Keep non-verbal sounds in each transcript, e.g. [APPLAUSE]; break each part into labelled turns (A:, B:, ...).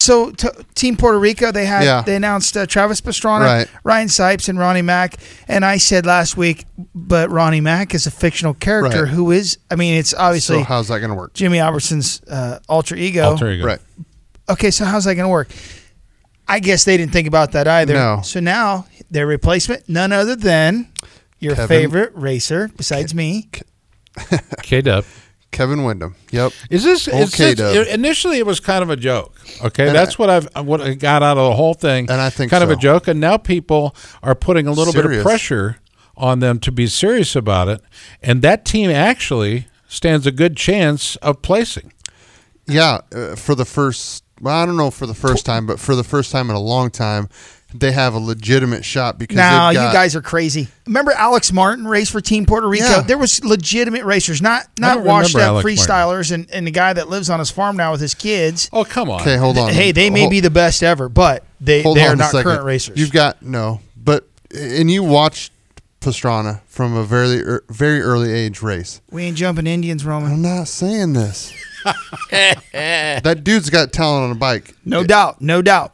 A: So t- Team Puerto Rico, they had
B: Yeah.
A: they announced uh, Travis Pastrana,
B: Right.
A: Ryan Sipes, and Ronnie Mack. And I said last week, but Ronnie Mack is a fictional character
B: Right.
A: who is. I mean, it's obviously
B: So how's that going to work?
A: Jimmy Albertson's uh, alter ego.
C: Alter ego.
B: Oh, Right.
A: Okay, so how's that going to work? I guess they didn't think about that either.
B: No.
A: So now their replacement, none other than your
B: Kevin-
A: favorite racer besides me.
C: K Dub.
B: Kevin Wyndham. Yep.
C: Is this
B: Old
C: is this-
B: K-Dub.
C: it- initially it was kind of a joke. Okay,
B: And
C: that's
B: I-
C: what I've uh, what I got out of the whole thing.
B: And I think
C: kind of
B: so.
C: a joke, and now people are putting a little bit
B: Serious.
C: of pressure on them to be serious about it, and that team actually stands a good chance of placing.
B: Yeah, uh, for the first, well, I don't know for the first time, but for the first time in a long time, they have a legitimate shot because
A: Now
B: they've
A: you
B: got-
A: guys are crazy. Remember Alex Martin raced for Team Puerto Rico?
B: Yeah.
A: There was legitimate racers, not not
C: don't
A: washed up
C: remember Alex
A: freestylers and, and the guy that lives on his farm now with his kids.
C: Oh come on!
B: Okay, hold on.
A: Hey, they may
B: Hold-
A: be the best ever, but they
B: hold
A: they
B: on
A: are
B: a
A: not
B: second.
A: current racers.
B: You've got no, but and you watched Pastrana from a very ear- very early age race.
A: we ain't jumping Indians, Roman.
B: I'm not
A: [LAUGHS]
B: saying this. that dude's got talent on a bike.
A: No doubt, no doubt.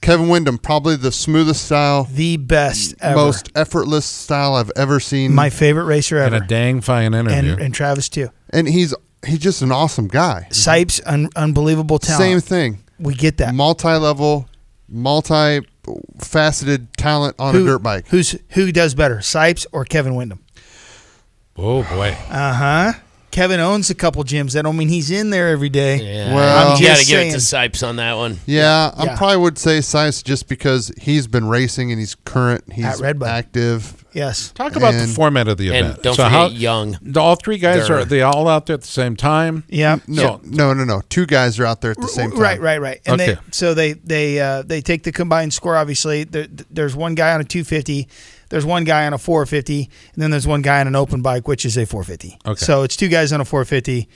B: Kevin Wyndham, probably the smoothest style,
A: The best ever.
B: most effortless style I've ever seen.
A: my favorite racer
C: And
A: ever,
C: a dang fine
A: and,
C: interview.
A: and Travis too.
B: and he's he's just an awesome guy.
A: Sipes, un- unbelievable talent.
B: Mm-hmm. Same thing.
A: We get that.
B: multi-level, multi-faceted talent on a dirt bike.
A: Who's who does better, Sipes or Kevin Wyndham?
C: oh boy!
A: Uh huh. Kevin owns a couple gyms. That don't mean he's in there every day.
D: Yeah,
B: Well-
D: you got to
A: Just
D: give it to
A: saying.
D: Sipes on that one.
B: yeah, I
A: yeah.
B: probably would say Sice just because he's been racing and he's current, he's
A: At Red Bud.
B: active.
A: Yes.
C: Talk about the
B: and-
C: format of the
D: and
C: event.
D: don't
C: so
D: forget
C: how,
D: Young.
C: All three guys
D: Durr.
C: are they all out there at the same time?
A: Yeah.
B: Mm, No,
C: So-
B: no, no, no. Two guys are out there at the same time.
A: Right, right, right. And
C: Okay.
A: they, so they they uh, they take the combined score. Obviously, there, there's one guy on a 250, there's one guy on a 450, and then there's one guy on an open bike, which is a 450.
C: Okay.
A: So it's two guys on a 450.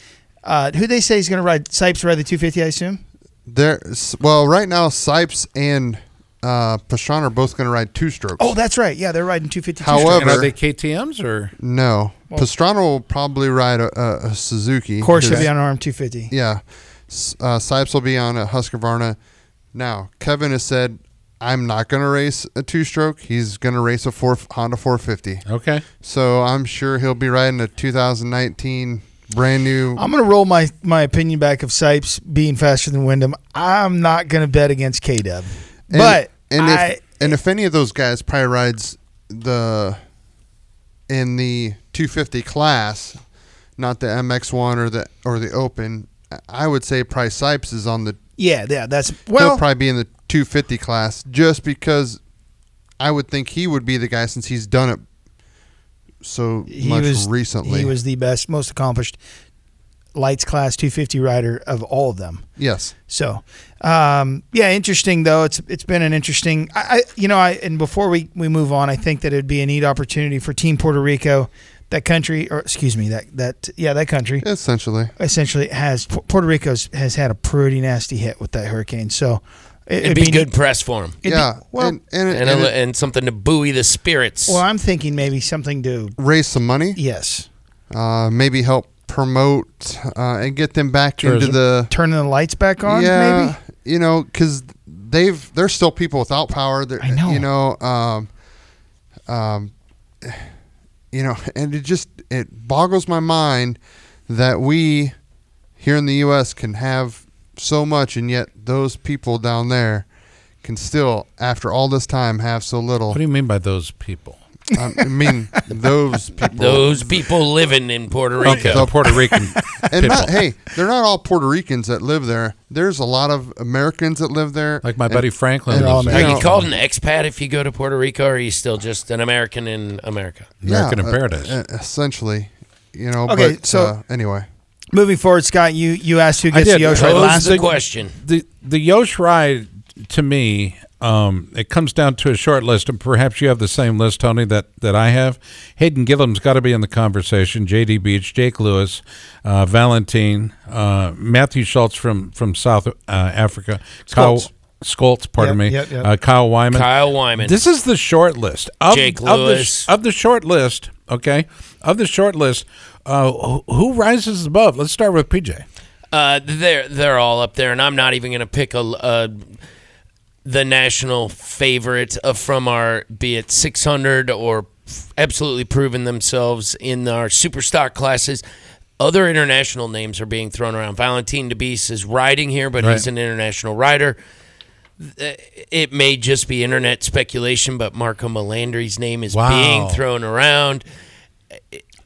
A: Uh, who they say is going to ride? Sipes ride the 250, I assume.
B: There's well, right now Sipes and uh, Pashan are both going to ride two strokes.
A: Oh, that's right. Yeah, they're riding 250.
B: However-
C: And are they KTM's or
B: no, Pastrana will probably ride a, a, a Suzuki.
A: of course, they'll
B: his-
A: be on an arm 250.
B: Yeah. S- Uh, Sipes will be on a Husqvarna. Now, Kevin has said, I'm not going to race a two stroke. He's going to race a four, Honda 450.
C: okay?
B: So I'm sure he'll be riding a 2019 brand new.
A: I'm going to roll my, my opinion back of Sipes being faster than Wyndham. I'm not going to bet against K Dub.
B: And-
A: But
B: and if,
A: I,
B: and if any of those guys probably rides the in the 250 class, not the MX1 or the or the Open, I- I would say probably Sipes is on the
A: yeah, yeah, that's
B: he'll
A: well,
B: probably be in the 250 class just because I would think he would be the guy since he's done it so
A: he
B: much
A: was
B: recently.
A: He was the best, most accomplished lights class 250 rider of all of them.
B: yes.
A: So, um, yeah, interesting though. It's it's been an interesting. I, I you know I and before we we move on, I think that it'd be a neat opportunity for Team Puerto Rico, that country or excuse me that that yeah that country
B: Essentially.
A: essentially has Pu- Puerto Rico's has had a pretty nasty hit with that hurricane. So it,
D: It'd, be, good
A: neat-
D: press for him.
A: it'd be-
B: yeah.
A: well,
B: and, and,
D: And,
B: Uh, and
D: a-
B: it-
D: and something to buoy the spirits.
A: well, I'm thinking maybe something to
B: raise some money,
A: yes,
B: uh, maybe help promote uh, and get them back
C: Tourism.
B: into the
A: turning the lights back on.
B: yeah,
A: maybe
B: you know, because they've there's still people without power. They're,
A: I know.
B: You know, um, um, you know, and it just it boggles my mind that we here in the U.S. can have so much, and yet those people down there can still, after all this time, have so little.
C: What do you mean by those people?
B: Um, I
C: [LAUGHS]
B: mean, those people.
D: Those people living in Puerto Rico.
C: Okay, the Puerto [LAUGHS] Rican.
B: And
C: people.
B: not, hey, they're not all Puerto Ricans that live there. There's a lot of Americans that live there.
C: Like my
B: And-
C: buddy Franklin.
A: and all
C: lives
A: that.
D: Are
C: there.
D: you
B: know-
D: called an expat if you go to Puerto Rico, or are you still just an American in America?
B: Yeah,
C: American in
B: uh,
C: Paradise.
B: uh, essentially, you know.
A: Okay,
B: but,
A: so-
B: uh, anyway,
A: Moving forward, Scott, you you asked who
C: I
A: gets
C: did.
A: the Yosh right
C: Right,
D: Pose
A: last.
D: the question.
C: the the Yosh ride to me, um, it comes down to a short list, and perhaps you have the same list, Tony, that that I have. Hayden Gillum's got to be in the conversation. J.D. Beach, Jake Lewis, uh, Valentine, uh, Matthew Schultz from from South uh, Africa,
A: Schultz.
C: Kyle Schultz, pardon
A: Yep,
C: me,
A: yep, yep.
C: Uh, Kyle Wyman.
D: Kyle Wyman.
C: This is the short list. Of,
D: Jake
C: of the-
D: Lewis.
C: Of the, short list, okay? Of the short list, uh, who, who rises above? Let's start with PJ.
D: Uh, they're they're all up there, and I'm not even going to pick a, uh the national favorite of from our be it 600 or absolutely proven themselves in our super stock classes. Other international names are being thrown around. Valentin DeBeese is riding here, but he's
C: Right.
D: an international rider. Th- It may just be internet speculation, but Marco Melandri's name is
C: Wow.
D: being thrown around.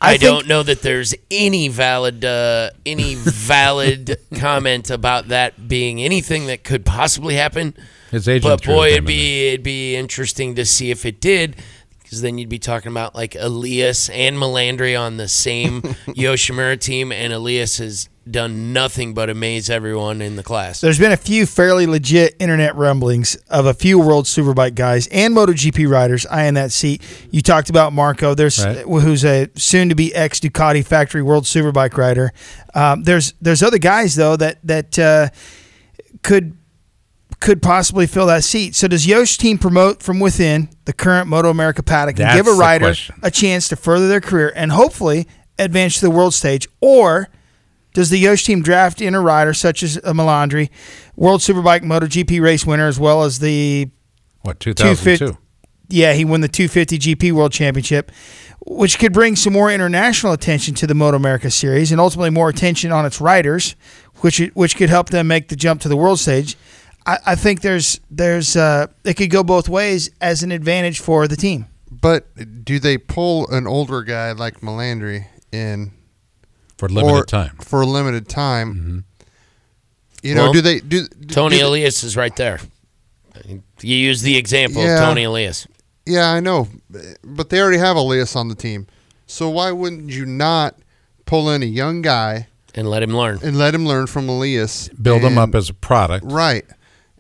D: I,
A: think-
D: don't know that there's any valid uh, any valid comment about that being anything that could possibly happen.
C: His agent
D: but
C: threw
D: boy,
C: his
D: it'd
C: name in
D: be it'd be interesting to see if it did, because then you'd be talking about like Elias and Melandry on the same Yoshimura team, and Elias has done nothing but amaze everyone in the class.
A: There's been a few fairly legit internet rumblings of a few World Superbike guys and MotoGP riders eyeing that seat. You talked about Marco, there's
C: Right.
A: who's a soon-to-be ex Ducati factory World Superbike rider. Um, there's there's other guys though that that uh, could could possibly fill that seat. So does Yosh team promote from within the current Moto America paddock and
C: That's
A: give a
C: the
A: rider
C: question.
A: a chance to further their career and hopefully advance to the world stage or does the Yosh team draft in a rider such as a Melandri, World Superbike MotoGP race winner, as well as the
C: What, 2002?
A: yeah he won the 250 GP World Championship, which could bring some more international attention to the Moto America series and ultimately more attention on its riders, which which could help them make the jump to the world stage. I, I think there's there's uh, it could go both ways as an advantage for the team.
B: But do they pull an older guy like Melandry in
C: For limited
B: or-
C: time. Mm-hmm.
B: for a limited time? You know,
D: Well,
B: do they do do-
D: Tony
B: do they-
D: Elias is right there. You use the example
B: Yeah.
D: of Tony Elias.
B: Yeah, I know, but they already have Elias on the team, so why wouldn't you not pull in a young guy
D: and let him learn.
B: and let him learn from Elias,
C: Build them up
B: and-
C: as a product.
B: right,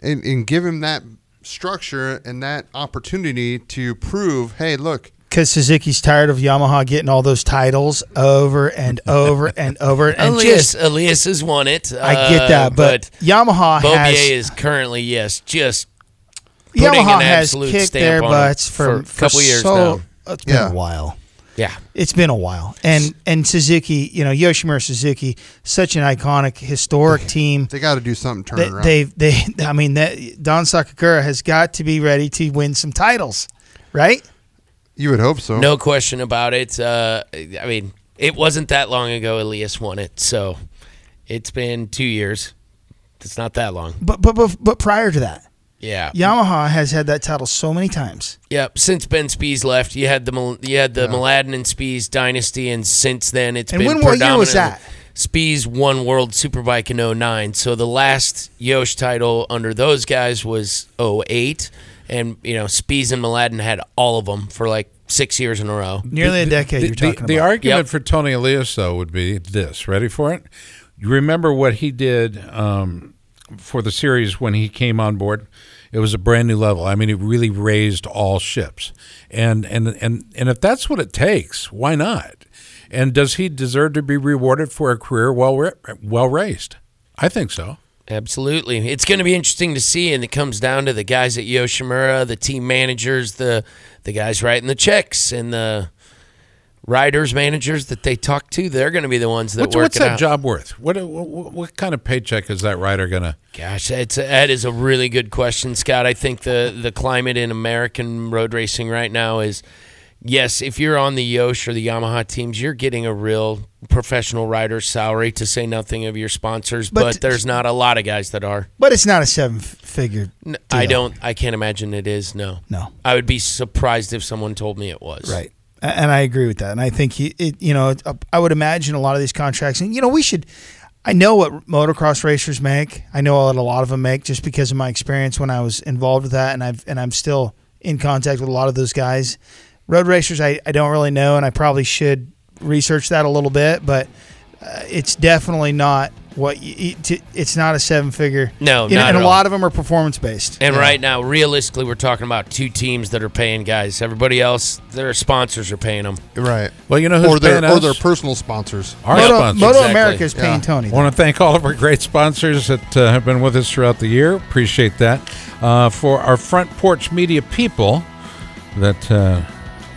B: and and give him that structure and that opportunity to prove, hey, look,
A: Because Suzuki's tired of Yamaha getting all those titles over and over and
D: [LAUGHS]
A: over and
D: Elias,
A: just
D: Elias has won it.
A: I get that,
D: uh,
A: but, Yamaha
D: Bobier
A: has
D: is currently yes, just putting
A: Yamaha
D: an
A: has
D: absolute
A: kicked
D: stamp
A: their
D: on it
A: butts for,
D: for a couple years
A: so,
D: now.
A: It's been
B: Yeah.
A: a while.
D: yeah.
A: It's been a while, and and Suzuki, you know Yoshimura Suzuki, such an iconic,
B: [LAUGHS]
A: historic team.
B: they got to do something to turn
A: They,
B: it around.
A: they, they, I mean, that Don Sakakura has got to be ready to win some titles, right?
B: you would hope so.
D: No question about it. Uh, I mean, it wasn't that long ago Elias won it, so it's been two years. It's not that long.
A: But but but, but prior to that,
D: Yeah.
A: Yamaha has had that title so many times.
D: Yep. Since Ben Spees left, you had the Mil- you had the Mladen and Spees dynasty, and since then it's
A: And
D: been
A: when- what year was
D: predominantly-
A: that?
D: Spees won World Superbike in 09. So the last Yosh title under those guys was 08. and you know Spees and Mladen had all of them for like six years in a row.
A: Nearly a decade.
C: The,
A: you're
C: the-
A: talking
C: the
A: about.
C: argument
D: Yep.
C: for Tony Elias, though, would be this. Ready for it? You remember what he did um, for the series when he came on board? It was a brand new level. I mean, it really raised all ships. And and and and if that's what it takes, why not? And does he deserve to be rewarded for a career well ra- well raised? I think so.
D: Absolutely. It's going to be interesting to see, and it comes down to the guys at Yoshimura, the team managers, the the guys writing the checks, and the riders managers that they talk to. They're going to be the ones that
C: What's,
D: work
C: what's
D: it
C: that
D: out.
C: job worth? What, what what kind of paycheck is that writer gonna?
D: Gosh, that's that is a really good question, Scott. I think the the climate in American road racing right now is yes, if you're on the Yosh or the Yamaha teams, you're getting a real professional rider's salary to say nothing of your sponsors,
A: But-
D: but, there's not a lot of guys that are.
A: but it's not a seven-figure.
D: N- I don't I can't imagine it is, no.
A: No.
D: I would be surprised if someone told me it was.
A: Right. A- And I agree with that. And I think he, it, you know, it- I would imagine a lot of these contracts. And you know, we should. I know what motocross racers make. I know what a lot of them make, just because of my experience when I was involved with that, and I've and I'm still in contact with a lot of those guys. Road racers, I, I don't really know, and I probably should research that a little bit. But uh, it's definitely not what you, it- it's not a seven figure.
D: No,
A: You know,
D: not
A: and
D: at
A: a
D: all.
A: lot of them are performance based.
D: And right now, realistically, we're talking about two teams that are paying guys. Everybody else, their sponsors are paying them.
B: Right.
C: Well, you know who's
B: or their
C: paying
B: or
C: us?
B: their personal sponsors.
C: Our
A: Moto,
C: sponsors.
A: Moto
D: Exactly.
A: America is paying
B: Yeah.
A: Tony.
C: I want to thank all of our great sponsors that uh, have been with us throughout the year. Appreciate that. Uh, for our front porch media people that, uh,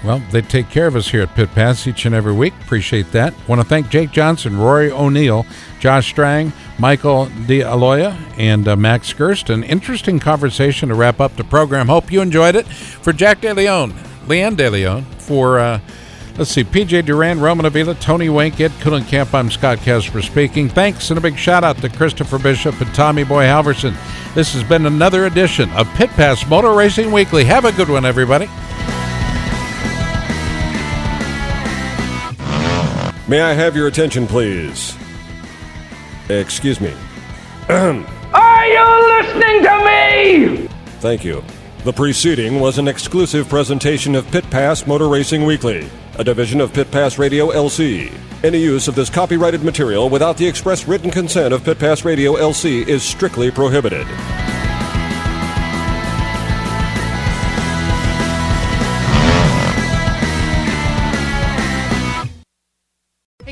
C: well, they take care of us here at Pit Pass each and every week. Appreciate that. Want to thank Jake Johnson, Rory O'Neill, Josh Strang, Michael D'Aloya, and uh, Max Gerst. An interesting conversation to wrap up the program. Hope you enjoyed it. For Jack DeLeon, Leanne DeLeon, for. Uh, Let's see. PJ Duran, Roman Avila, Tony Wink, Ed Kuhlenkamp. I'm Scott Casper speaking. Thanks and a big shout out to Christopher Bishop and Tommy Boy Halverson. This has been another edition of Pit Pass Motor Racing Weekly. Have a good one, everybody.
E: May I have your attention, please? Excuse me.
F: Are you listening to me?
E: Thank you. The preceding was an exclusive presentation of Pit Pass Motor Racing Weekly, a division of Pit Pass Radio LC. Any use of this copyrighted material without the express written consent of Pit Pass Radio LC is strictly prohibited.
F: Hey